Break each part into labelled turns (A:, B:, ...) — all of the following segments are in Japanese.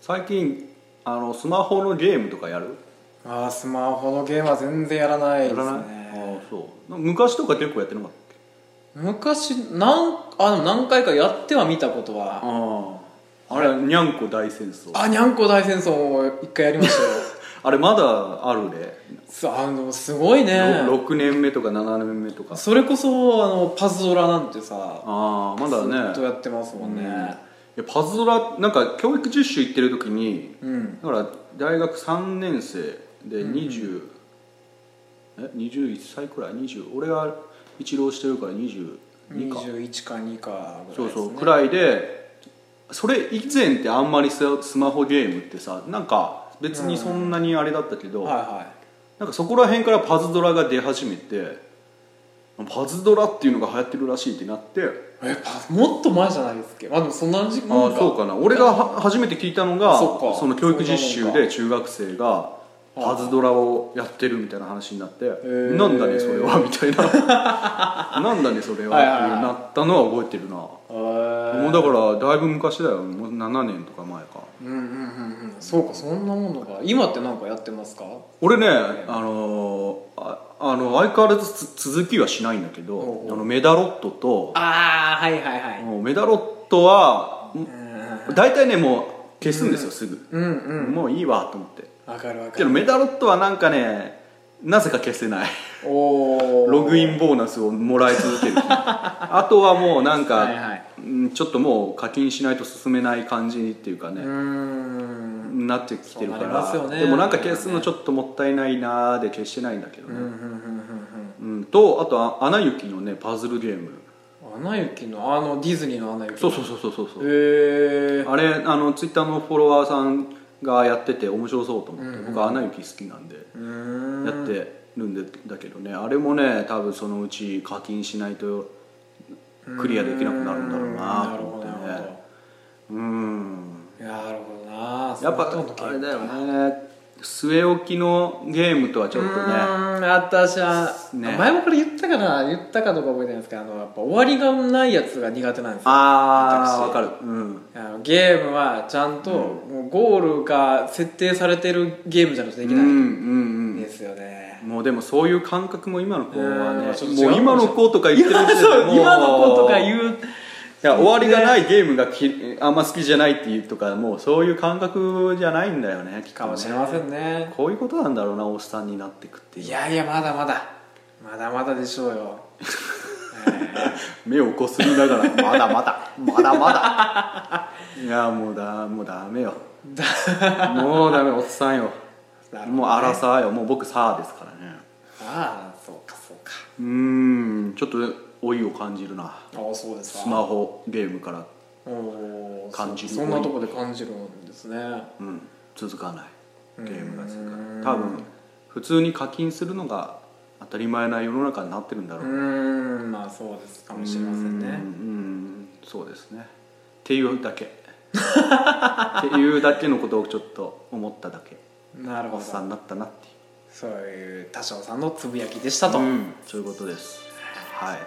A: 最近あのスマホのゲームとかやる
B: ああスマホのゲームは全然やらないです
A: や
B: ね
A: らない、ああそうな昔とか結構やってなかったっけ
B: 昔なんあでも何回かやっては見たことは
A: あああれにゃんこ大戦争あ
B: あにゃんこ大戦争も一回やりました よ
A: れまだあるね
B: すあのすごいね
A: ろ6年目とか7年目とか
B: それこそあのパズドラなんてさ
A: ああまだね
B: ずっとやってますもんね
A: いやパズドラなんか教育実習行ってる時に
B: うん、
A: だから大学3年生で20、え21歳くらい20俺が一浪してるから22か
B: 21か2かぐらいです、ね、
A: そうそうくらいでそれ以前ってあんまりススマホゲームってさなんか別にそんなにあれだったけど、
B: はいは
A: なんかそこら辺からパズドラが出始めてパズドラっていうのが流行ってるらしいってなって、
B: いえパもっと前じゃないですっけまあでもそんな時間
A: ああそうかな俺がは初めて聞いたのが
B: そっか
A: の教育実習
B: そんなもん
A: で中学生がパズドラをやってるみたいな話になって「
B: ー
A: なんだねそれは」みたいな「なん だねそれは」っ
B: はい
A: て
B: はいはい
A: なったのは覚えてるな、
B: へー
A: もうだからだいぶ昔だよもう7年とか前か
B: うんうんうんうんそうかそんなものが今ってなんかやってますか
A: 俺ね、あのーああの相変わらずつ続きはしないんだけど
B: おうおう
A: あのメダロットと
B: ああはいはいは
A: もうメダロットはん大体ねもう消すんですよ、すぐ、
B: うんうん
A: もういいわと思って
B: わかるわか
A: けど
B: る
A: メダロットはなんかねなぜか消せない
B: おお
A: ログインボーナスをもらい続けるあとはもうなんか、
B: はいはい
A: うんちょっともう課金しないと進めない感じっていうか
B: う
A: ね、
B: ん
A: なってきてるか
B: そうなります
A: ら、
B: よね
A: でもなんか消すのちょっともったいないなーで消してないんだけどね、
B: うんうんうん
A: うん、とあとあ「アナ雪」のねパズルゲーム
B: うんうんアナ雪のあのディズニーのアナ雪
A: そうそうそうそうそうそう
B: へえ
A: あれあのツイッターのフォロワーさんがやってて面白そうと思って、
B: うんうん
A: 僕は「アナ雪」好きなんで
B: うーん
A: やってるんで、だけどねあれもね多分そのうち課金しないとクリアできなくなるんだろうなと思ってね
B: うん
A: うん
B: なるほどなるほどいやなるほどな
A: やっ
B: そんなこと
A: ぱ
B: も
A: あれだよね据え置きのゲームとはちょっと
B: う
A: ね
B: ーん私は、
A: ね
B: 前もこれ言ったかな言ったかどうか覚えてないんですけどあのやっぱ終わりがないやつが苦手なんですよ
A: ああ
B: 私
A: わかるうん
B: あのゲームはちゃんと、もうゴールが設定されてるゲームじゃないとでき
A: うんう
B: なんい
A: うん
B: ですよね、
A: もうでもそういう感覚も今の子はね
B: うんちょっと違う
A: もう今の子とか言ってる時 点でもう
B: 今の子とか
A: い
B: 言う
A: や終わりがないゲームがきあんま好きじゃないっていうとかもうそういう感覚じゃないんだよねきっと
B: か
A: ね
B: もしれませんね
A: こういうことなんだろうなおっさんになってくっていう
B: いやいやまだまだまだまだでしょうよ
A: 目をこすりながら「まだまだまだまだ」 いやもうだもうダメ よもうダメおっさんよ
B: なるほどね
A: もうアラサーよもう僕サーですからね
B: ああそうかそうか
A: うーんちょっと老いを感じるな
B: ああそうですか
A: スマホゲームから
B: おー
A: 感じる
B: そそんなとこで感じるんですね
A: うん続かないゲームが続か
B: うー
A: なんい多分普通に課金するのが当たり前な世の中になってるんだ
B: う
A: ろう
B: ーんまあそうですかもしれません
A: うーん
B: ね
A: うーんそうですねっていうだけっていうだけのことをちょっと思っただけ
B: なるほ
A: おっ
B: ど
A: さんになったなっていう
B: そういう多少さんのつぶやきでしたと、
A: うんそういうことですはい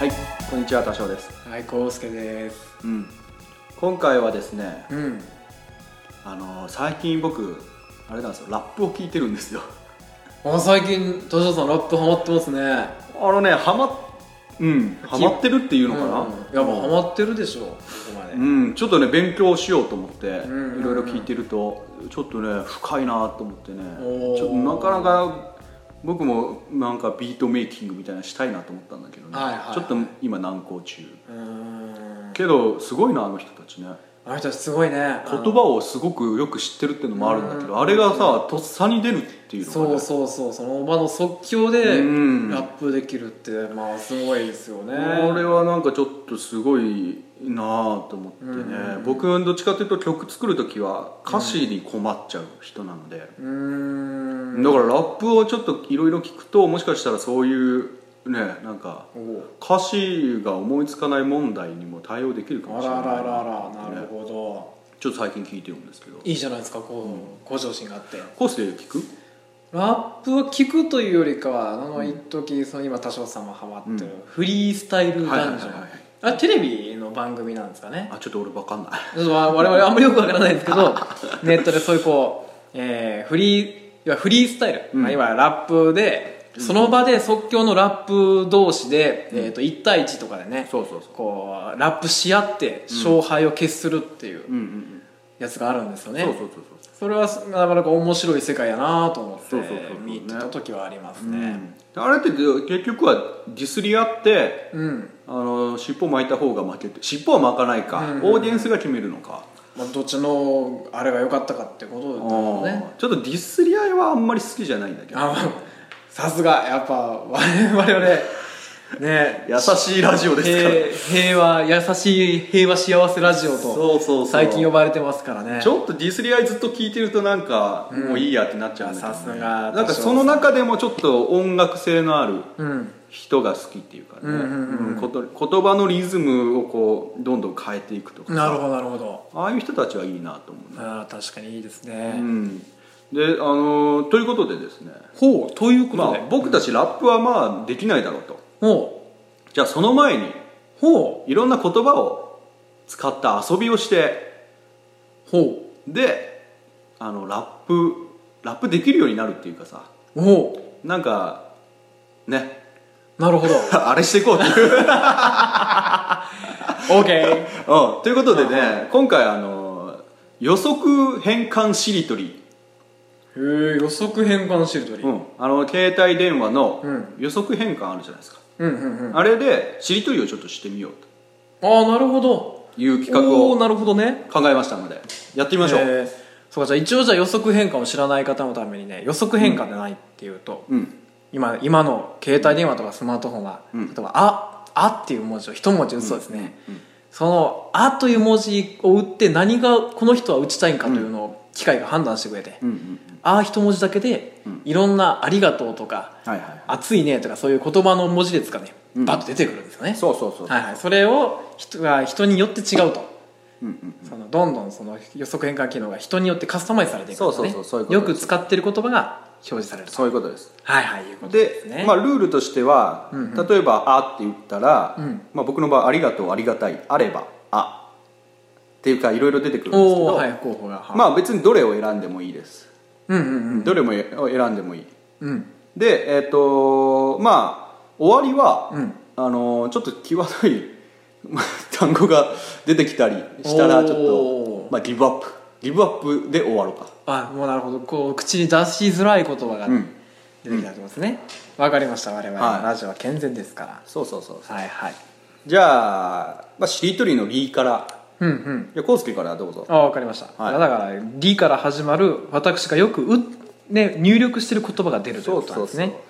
A: はいこんにちは多少です
B: はいこうすけです
A: うん今回はですね
B: うん
A: あのー最近僕あれなんですよラップを聞いてるんですよ
B: あ最近田代さんラップハマってますね
A: あのねハマっうんハマってるっていうのかな、
B: うんいやもうハマってるでしょここまで、
A: うん、ちょっとね勉強しようと思ってい
B: んうんうん
A: ろいろ聞いてるとちょっとね深いなと思ってね
B: おー
A: ちょっとなかなか僕もなんかビートメイキングみたいなのしたいなと思ったんだけどね、
B: はいはいはい
A: ちょっと今難航中
B: うーん
A: けどすごいなあの人たちね
B: あの人すごいね
A: 言葉をすごくよく知ってるっていうのもあるんだけどあれがさとっさに出るっていうのがね、
B: そうそうそうその場の即興でラ
A: うん
B: ップできるってまあすごいですよね
A: これはなんかちょっとすごいなあと思ってね、僕はどっちかというと曲作る時は歌詞に困っちゃう人なので、
B: うーん
A: だからラップをちょっといろいろ聞くともしかしたらそういうねなんか
B: おう
A: 歌詞が思いつかない問題にも対応できるかも
B: あ
A: しれない
B: ら
A: な
B: ららら
A: と思
B: な
A: ってね
B: るほど
A: ちょっと最近聞いてるんですけど
B: いいじゃないですかこう、向上心があって
A: コースで聞く
B: ラップは聞くというよりかはあの一時その今多少さんもハマってる、
A: う
B: フリースタイル
A: はいはいは
B: ダン
A: い
B: ジョン、
A: はい
B: あれテレビの番組なんですかね
A: あちょっと俺分かんない
B: ちょっとわ我々あんまりよくわからないんです けどネットでそういうこう、えーフリーいわゆるフリースタイル、
A: うん
B: まあ、いわゆるラップでその場で即興のラップ同士で、えー、と1対1とかでね
A: そうそうそ
B: こうラップし合って勝敗を決するっていう
A: ううんうん
B: やつがあるんですよ
A: うん、
B: ね、
A: そうそうそうそう
B: それはなかなか面白い世界やなと思って
A: そうそうそうそう
B: 見てた時はあります
A: う
B: ね
A: んあれって結局はディスり合って
B: うん、
A: あの尻尾巻いた方が負けって尻尾は巻かないか、
B: うん
A: オーディエンスが決めるのか、
B: まあ、どっちのあれが良かったかってことだよね
A: あーちょっとディスり合いはあんまり好きじゃないんだけど
B: あまあさすがやっぱ 我々我々ね
A: 優しいラジオですから、
B: 平平和優しい平和幸せラジオと
A: そうそうそう
B: 最近呼ばれてますからね
A: ちょっとディスり合いずっと聞いてるとなんかもういいやってなっちゃうんだけど、ね
B: さすが
A: なんかその中でもちょっと音楽性のある
B: うん
A: 人が好きっていうかね、
B: うんうんうん
A: うんこと言葉のリズムをこうどんどん変えていくとかさ
B: なるほどなるほど
A: ああいう人たちはいいなと思うね、
B: あー確かにいいです
A: う
B: ね、
A: ん、であのーということでですね
B: ほうということ
A: ま
B: で、
A: あ、僕たちラップはまあできないだろうと
B: ほ
A: じゃあその前に
B: うほ
A: いろんな言葉を使った遊びをして
B: うほ
A: であのラップラップできるようになるっていうかさ
B: うほ
A: なんかね
B: うなるほど
A: あれしていこうっていう、
B: OK
A: うん、ということでね今回あの予測変換しりとり、
B: へー予測変換しりとり、
A: うん、あの携帯電話の
B: うん
A: 予測変換あるじゃないですか、
B: うんうんうんあ
A: あれでしりとりをちょっとしてみよう
B: あなるほど
A: という企画
B: おお
A: を
B: なるほどね
A: 考えましたのでやってみましょう、
B: えーそうかじゃあ一応じゃあ予測変換を知らない方のためにね予測変換でないっていうと、
A: うん
B: 今今の携帯電話とかスマートフォンは、
A: うん
B: 例えば「あ」「あ」っていう文字を一文字打つとですね、
A: うんうん
B: その「あ」という文字を打って何がこの人は打ちたいんかというのを機械が判断してくれて「
A: うんうん
B: あ」一文字だけで、
A: うん
B: いろんな「ありがとう」とか
A: はいはい
B: 「熱いね」とかそういう言葉の文字列がね
A: うん
B: バッと出てくるんですよね、
A: そうそうそう、
B: はいはい、それを人が人によって違うと。
A: うんうん
B: そのどんどんその予測変換機能が人によってカスタマイズされていくんですね
A: そうそうそうそういうことで
B: よ
A: す
B: く使ってる言葉が表示されると
A: そういうことです
B: はいはいいうことで
A: です
B: ね
A: まあ、ルールとしては、
B: うんう
A: 例えば「あ」って言ったら、
B: うん
A: まあ、僕の場合「ありがとう」「ありがたい」「あれば」「あ」っていうかいろいろ出てくるんですけ
B: お
A: ど、
B: おーはい候補がはい
A: まあ別にどれを選んでもいいです、
B: うんうん
A: どれもえ選んでもいい
B: うんうん
A: でえっ、とまあ終わりは、
B: うん
A: あのちょっと際どい単語が出てきたりしたらちょっ
B: お
A: と
B: ー、
A: まあ、ギブアップギブアップで終わろうか
B: あもうなるほどこう口に出しづらい言葉が
A: うん
B: 出てきたってことですねわ、かりました我々
A: はい
B: のラジオは健全ですから
A: そうそうそう
B: はいはい
A: じゃあ、まあ、しりとりの「り」から
B: うんうん
A: じゃあ康介からどうぞ
B: あわかりました、
A: はい
B: だから「り」から始まる私がよくう、ね、入力してる言葉が出るということなんですね
A: そうそう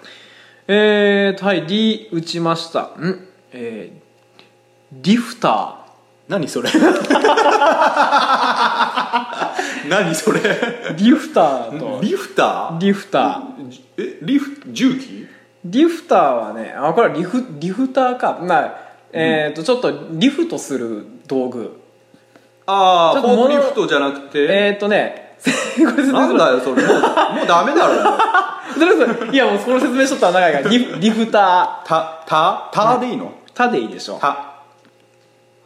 B: えーとはい「り」打ちましたんえー、リフタ
A: 何それ何それ
B: ーリフターと
A: リフター
B: リフター
A: えリフ重機
B: リフターはねあこれはリフリフターかまあえーとちょっとリフトする道具
A: あ
B: ち
A: あ
B: ょっと
A: フォーク
B: 物
A: リフトじゃなくて、
B: えーとね これ説明
A: な
B: す
A: ん
B: る
A: だよそれもうもうダメだろ
B: とりあえずいやもうこの説明しとったら長いからリフリフタ
A: たたたでいいの
B: ー「た」でいいでしょ
A: た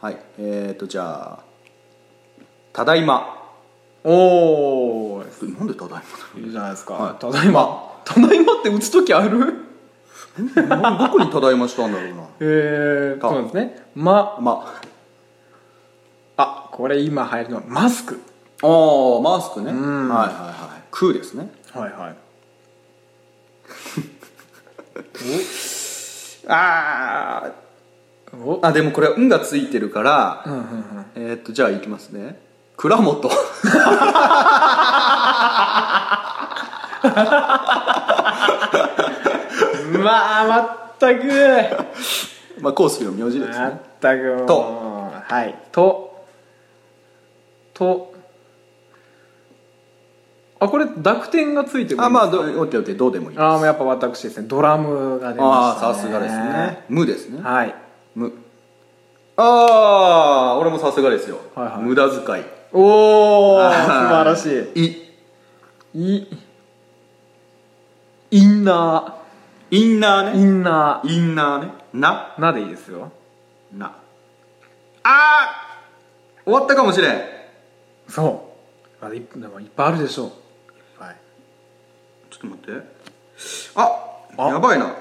A: はいえっ、ー、とじゃあただいま
B: おお
A: えなんでただいま
B: いいじゃないですか、
A: はい
B: ただいまただいまって打つ時ある
A: だろうなどこにただいましたんだろうな
B: えー、
A: か
B: そうなんですねま
A: ま
B: あこれ今流行りのマスク
A: あーマスクねはい
B: ん
A: はいはい空ですね
B: はい はい
A: ああ
B: お
A: あでもこれ「ん」がついてるから、
B: うんうんうん
A: えーっとじゃあいきますね倉 本
B: まあ全く
A: まあ康介の名字ですね
B: 全くもう
A: と
B: は
A: はい
B: ととあこれ濁点がついてる
A: あまあどおっておってどうでもいいです
B: あーやっぱ私ですねドラムが出
A: あ
B: ま
A: あ
B: した、ね、
A: さすがですね無ですね
B: はい
A: 無ああ俺もさすがですよ、
B: はいはい
A: 無駄遣い
B: おお素晴
A: あー
B: らし
A: い
B: いいインナ
A: インナー
B: ー
A: ね
B: インナ
A: インナーねな
B: ーなでいいですよ
A: なあー終わったかもしれん
B: そうあれいっでもいっぱいあるでしょう
A: ちょっと待ってあ
B: あ
A: やばいな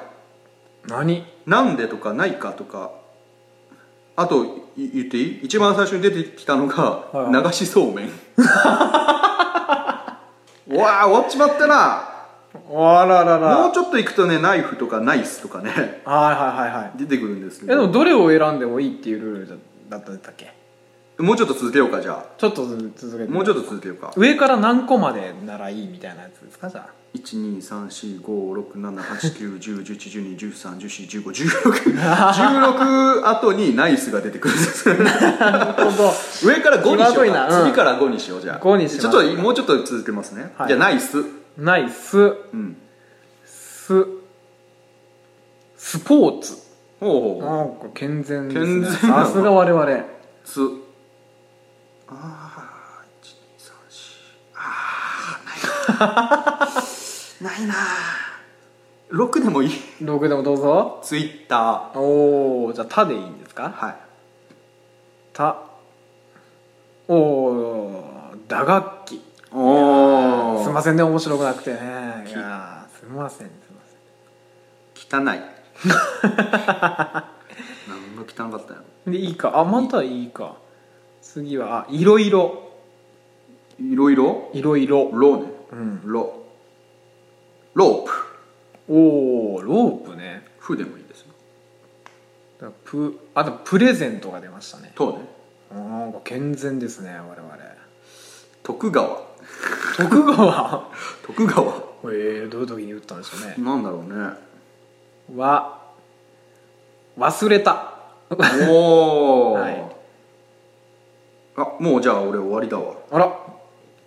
B: 何
A: なんでとかないかとかあとい言っていい一番最初に出てきたのが
B: はいはい
A: 流しそうめん うわあ終わっちまったな
B: あららら
A: もうちょっと行くとねナイフとかナイスとかね
B: はいはいはいはい
A: 出てくるんですけ
B: えでも
A: ど
B: どれを選んでもいいっていうルールだったんだっけ
A: もうちょっと続けようかじゃ
B: ちょっとずつ続け
A: あ
B: て
A: もうちょっと続けようか
B: 上から何個までならいいみたいなやつですかじゃ
A: 12345678910111213141516後にナイスが出てくるんです
B: あなるほど
A: 上から5にしよう
B: 際どい
A: か
B: なうん
A: 次から5にしようじゃあ
B: 5にしま
A: ち
B: す
A: ょっともうちょっと続けますね、
B: はい
A: じゃあナイス
B: ナイス
A: うん
B: ススポーツ
A: ほうほう
B: なんか健全です
A: 健
B: ね
A: 全なの
B: さすが我々
A: つああ1 2 3 4ああないなないな6でもいい
B: ログでもどうぞ
A: ツイッタ
B: おおじゃあ「た」でいいんです
A: ー
B: か
A: はい
B: 「た」おお打楽器
A: おお
B: すいませんね面白くなくてねいやーすいませんすいま
A: 汚い なんが汚かったんや
B: せんでいいかあまたいいか次はあいろいろ
A: ろいろいろ
B: いろいろ
A: ロね
B: うん
A: ロロープ
B: おおロープね
A: フでもいいですよ
B: だからプあとプレゼントが出ましたね
A: とね
B: あーなんか健全ですね我々
A: 徳川
B: 徳川
A: 徳川
B: えー、どういう時に打ったんでしょうね
A: なんだろうね
B: わ忘れた
A: おお、
B: はい
A: あもうじゃあ俺終わりだわ
B: あら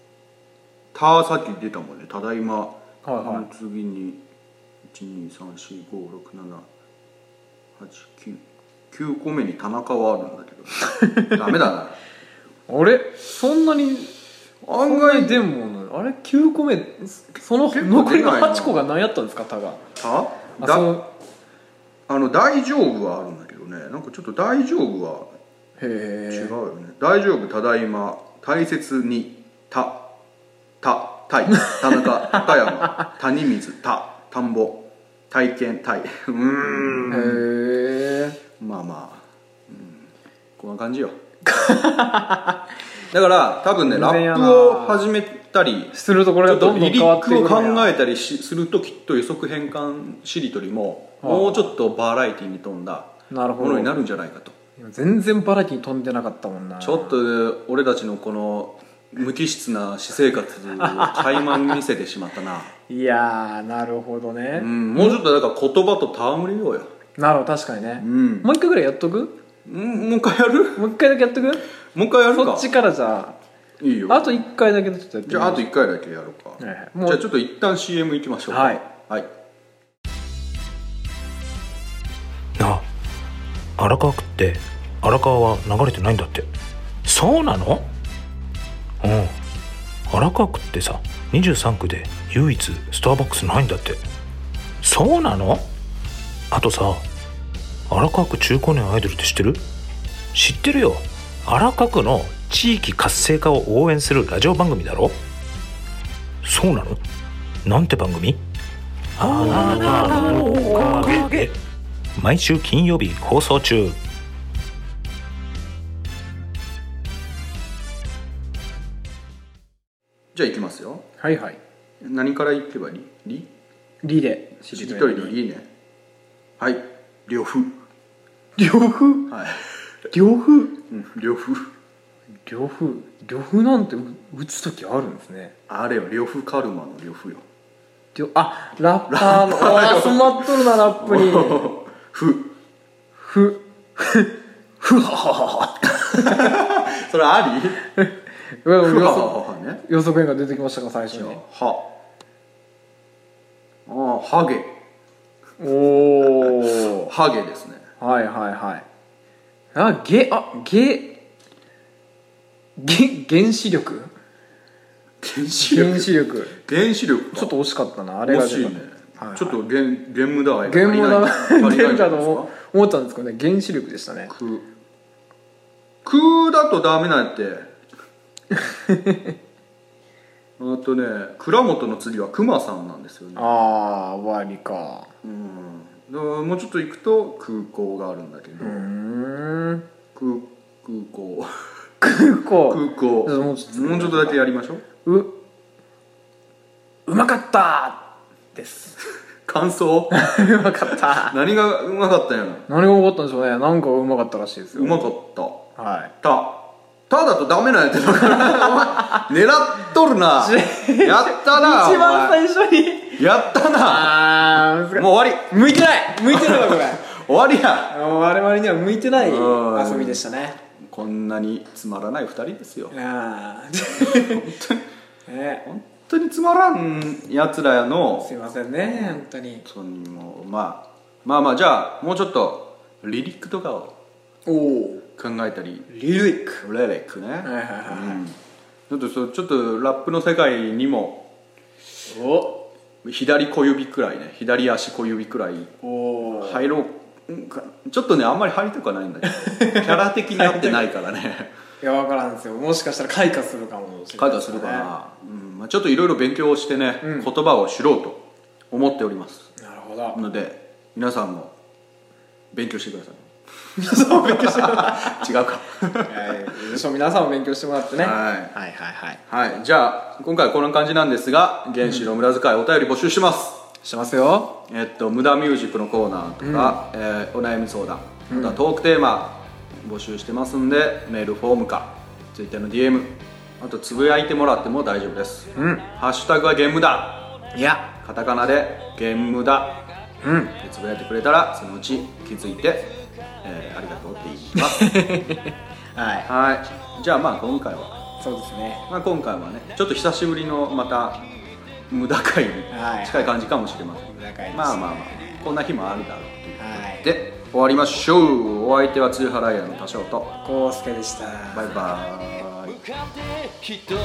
A: 「た」さっき出たもんね「ただいま」
B: はいはい
A: の次に123456789 9個目に田中はあるんだけ どダメだな
B: あれそんなに
A: 案
B: そんな
A: 外
B: に
A: で
B: 出んもんなあれ9個目その
A: 結構出ないな
B: 残りの8個が何やったんですかたが
A: た
B: あ
A: だ
B: そ
A: あ
B: の
A: の大丈夫はあるんだけどねなんかちょっと大丈夫は違
B: へ
A: うよね、大丈夫ただいま大切にたたたい田中 高山谷水た田んぼ体験たいうー
B: え
A: ん
B: へえ
A: まあまあ、うん、こんな感じ よだから多分ねラ
B: 偶然や
A: ッ
B: な
A: プを始めたり
B: するとこ
A: ち
B: れ
A: ょっ
B: がど
A: と
B: んど
A: リ
B: ん
A: リ
B: 変わ
A: ッ
B: って
A: ク
B: い
A: を
B: くの
A: 考
B: や
A: えたりしするときっと予測変換しりとりも
B: はあ
A: もうちょっとバラエティに富んだ
B: なる
A: も
B: ほ
A: のにな
B: ど
A: るんじゃないかと
B: 全然バラエティに飛んでなかったもんな
A: ちょっと俺たちのこの無機質な私生活を垣間見せてしまったな、
B: いやーなるほどね
A: うん、もうちょっとだから言葉と戯れようよ、
B: なるほど確かに
A: う
B: ね
A: ん、
B: もう一回ぐらいやっとく
A: うんもう一回やる
B: もう一回だけやっとく
A: もう一回やる
B: そ
A: か
B: っちからじゃ
A: いいよ
B: ああと一回だけちょっとやってみ
A: じゃああと1回だけやろうか、
B: はいはい
A: じ
B: も
A: ゃあ
B: う
A: ちょっと一旦 CM 行きましょうか
B: はい、
A: はい、
C: なあ荒川区って荒川は流れてないんだってそうなのうん荒川区ってさ23区で唯一スターバックスないんだってそうなのあとさ荒川区中高年アイドルって知ってる知ってるよ荒川区の地域活性化を応援するラジオ番組だろそうなのなんて番組あなたのおかげで毎週金曜日放送中
A: じゃあ行きますよ
B: はいはい
A: 何から行けばいいり
B: リレー
A: しりとりのりねはい両夫
B: 両夫
A: はい、
B: 両夫
A: うん、両夫
B: 両夫両夫なんてう打つ時あるんですね
A: あれよ両夫カルマの両夫よ
B: 両あラッパーのあー染まっとるなラップに
A: 夫
B: ふふふはははは
A: それあり
B: うわ予
A: は
B: 測
A: あね
B: 予測円が出てきましたか最初に
A: はあハゲ
B: おお
A: ハゲですね
B: はいはいはいあげあげげ原子力
A: 原子
B: 原
A: 力
B: 子力
A: 原子力
B: ちょっ
A: と
B: と惜しかったなあれが
A: 惜
B: 出
A: しい
B: た
A: ね
B: はい
A: ちょっとゲンゲンムダ愛
B: 原文だな
A: 足りない
B: 出
A: ん
B: る
A: じゃ
B: だ
A: ないですか
B: と思思ったんですけどね原子力でしたね
A: 空空だとダメなんやって あとね倉本の次は熊さんなんですよね
B: ああ終わりか
A: うんだからもうちょっと行くと空港があるんだけど、
B: うーん
A: 空空港
B: 空港
A: 空港
B: ちょっとも
A: も
B: う
A: う
B: ち
A: ち
B: ょ
A: ょ
B: っ
A: っ
B: と
A: とだけやりましょう
B: ううまかったです。
A: 感想
B: うまかった。
A: 何がうまかったんやろ
B: 何が起こったんでしょうね。なんかうまかったらしいです
A: う
B: よ。
A: まかった
B: はい。
A: たただとダメなんやって だからお前狙っとる なやったな
B: 一番
A: お前
B: 最初に。
A: やったな
B: あー、難しい。
A: もう終わ
B: 向いてない向いてないわ、 これ。
A: り終わりや
B: もう我々には向いてない
A: うん
B: 遊びでしたね。
A: こんなにつまらない二人ですよ
B: あー。 ね、
A: 本当につまらんやつらやの
B: すいませんね、本当に。
A: そにもうまあまあまあじゃあもうちょっとリリックとかを
B: おお。
A: 考えたり
B: リリック。
A: レレックね、
B: はいはいはいはい
A: うん、ちょっとそうちょっとラップの世界にも
B: お
A: 左小指くらいね左足小指くらい
B: おー
A: 入ろううんかちょっとねあんまり入りたくはないんだけどキャラ的になってないからね
B: いや、わからんですよ。もしかしたら開花するかもしれな
A: 開
B: い。
A: 花するかな、うんまあ、ちょっといろいろ勉強をしてね、言葉を知ろうと思っております
B: な。なるほど。
A: ので皆さんも勉強してください
B: そう勉強してもらっ
A: 違う か
B: て皆さんも勉強してもらってね
A: はい
B: はいはい
A: はいじゃあ今回はこんな感じなんですが原子の無駄遣いお便り募集してます、
B: してますよ
A: えっと、無駄ミュージックのコーナーとか、えーお悩み相談、またはトークテーマ募集してますんでメールフォームか Twitter の DM あとつぶやいてもらっても大丈夫です、
B: うん
A: ハッシュタグはゲームだ
B: いや
A: カタカナでゲームだ
B: うん
A: でつぶやいてくれたらそのうち気づいて、えーありがとうって言います
B: はい
A: はいじゃあまあ今回は、
B: そうですね
A: まあ、今回はねちょっと久しぶりのまた無駄会に
B: はい
A: 近い感じかもしれません、
B: 無駄会ですね
A: まあまあまあこんな日もあるだろうという
B: はいで
A: で終わりましょうお相手は通販ライアーの多少と
B: こうすけでしたバ
A: バイバーイ
D: 向かって一人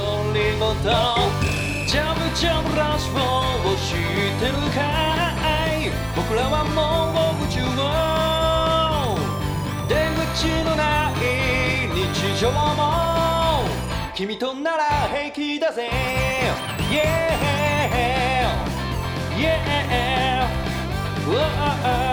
D: ごとジャブジャブラッシュをしてるかい僕らはもう夢中を出口のない日常も君となら平気だぜ Yeah Yeah Oh, oh, oh.